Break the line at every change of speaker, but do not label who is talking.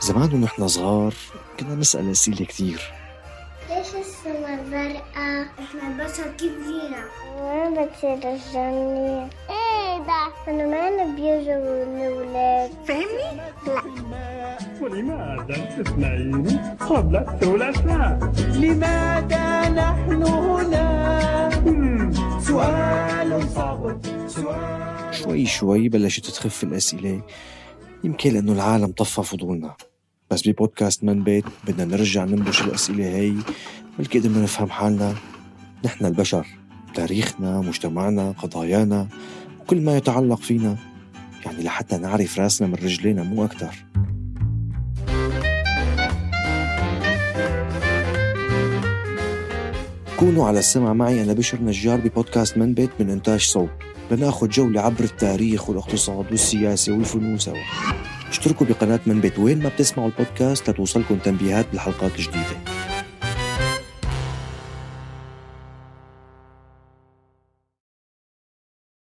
زمان ونحن صغار كنا نسأل أسئلة كثير
ليش السما زرقاء؟ احنا البشر كيف جينا؟
وين بتصير الجنة؟
ايه
Eh,
ده؟
أنا وين بيجوا الأولاد؟
فهمني؟
ولماذا تسمعيني قبل الثلاثاء؟
لماذا نحن هنا
مم،
سؤال صعب سؤال
شوي شوي بلشت تخف الأسئلة يمكن لأنه العالم طفى فضولنا بس ببودكاست من بيت بدنا نرجع ننبش الأسئلة هي بلكي قدرنا نفهم حالنا نحن البشر تاريخنا مجتمعنا قضايانا وكل ما يتعلق فينا يعني لحتى نعرف راسنا من رجلينا مو أكتر كونوا على السمع معي أنا بشر نجار ببودكاست من بيت من إنتاج صوت لناخذ جولة عبر التاريخ والاقتصاد والسياسة والفنون سوا اشتركوا بقناة من بيت وين ما بتسمعوا البودكاست لتوصلكم تنبيهات بالحلقات الجديدة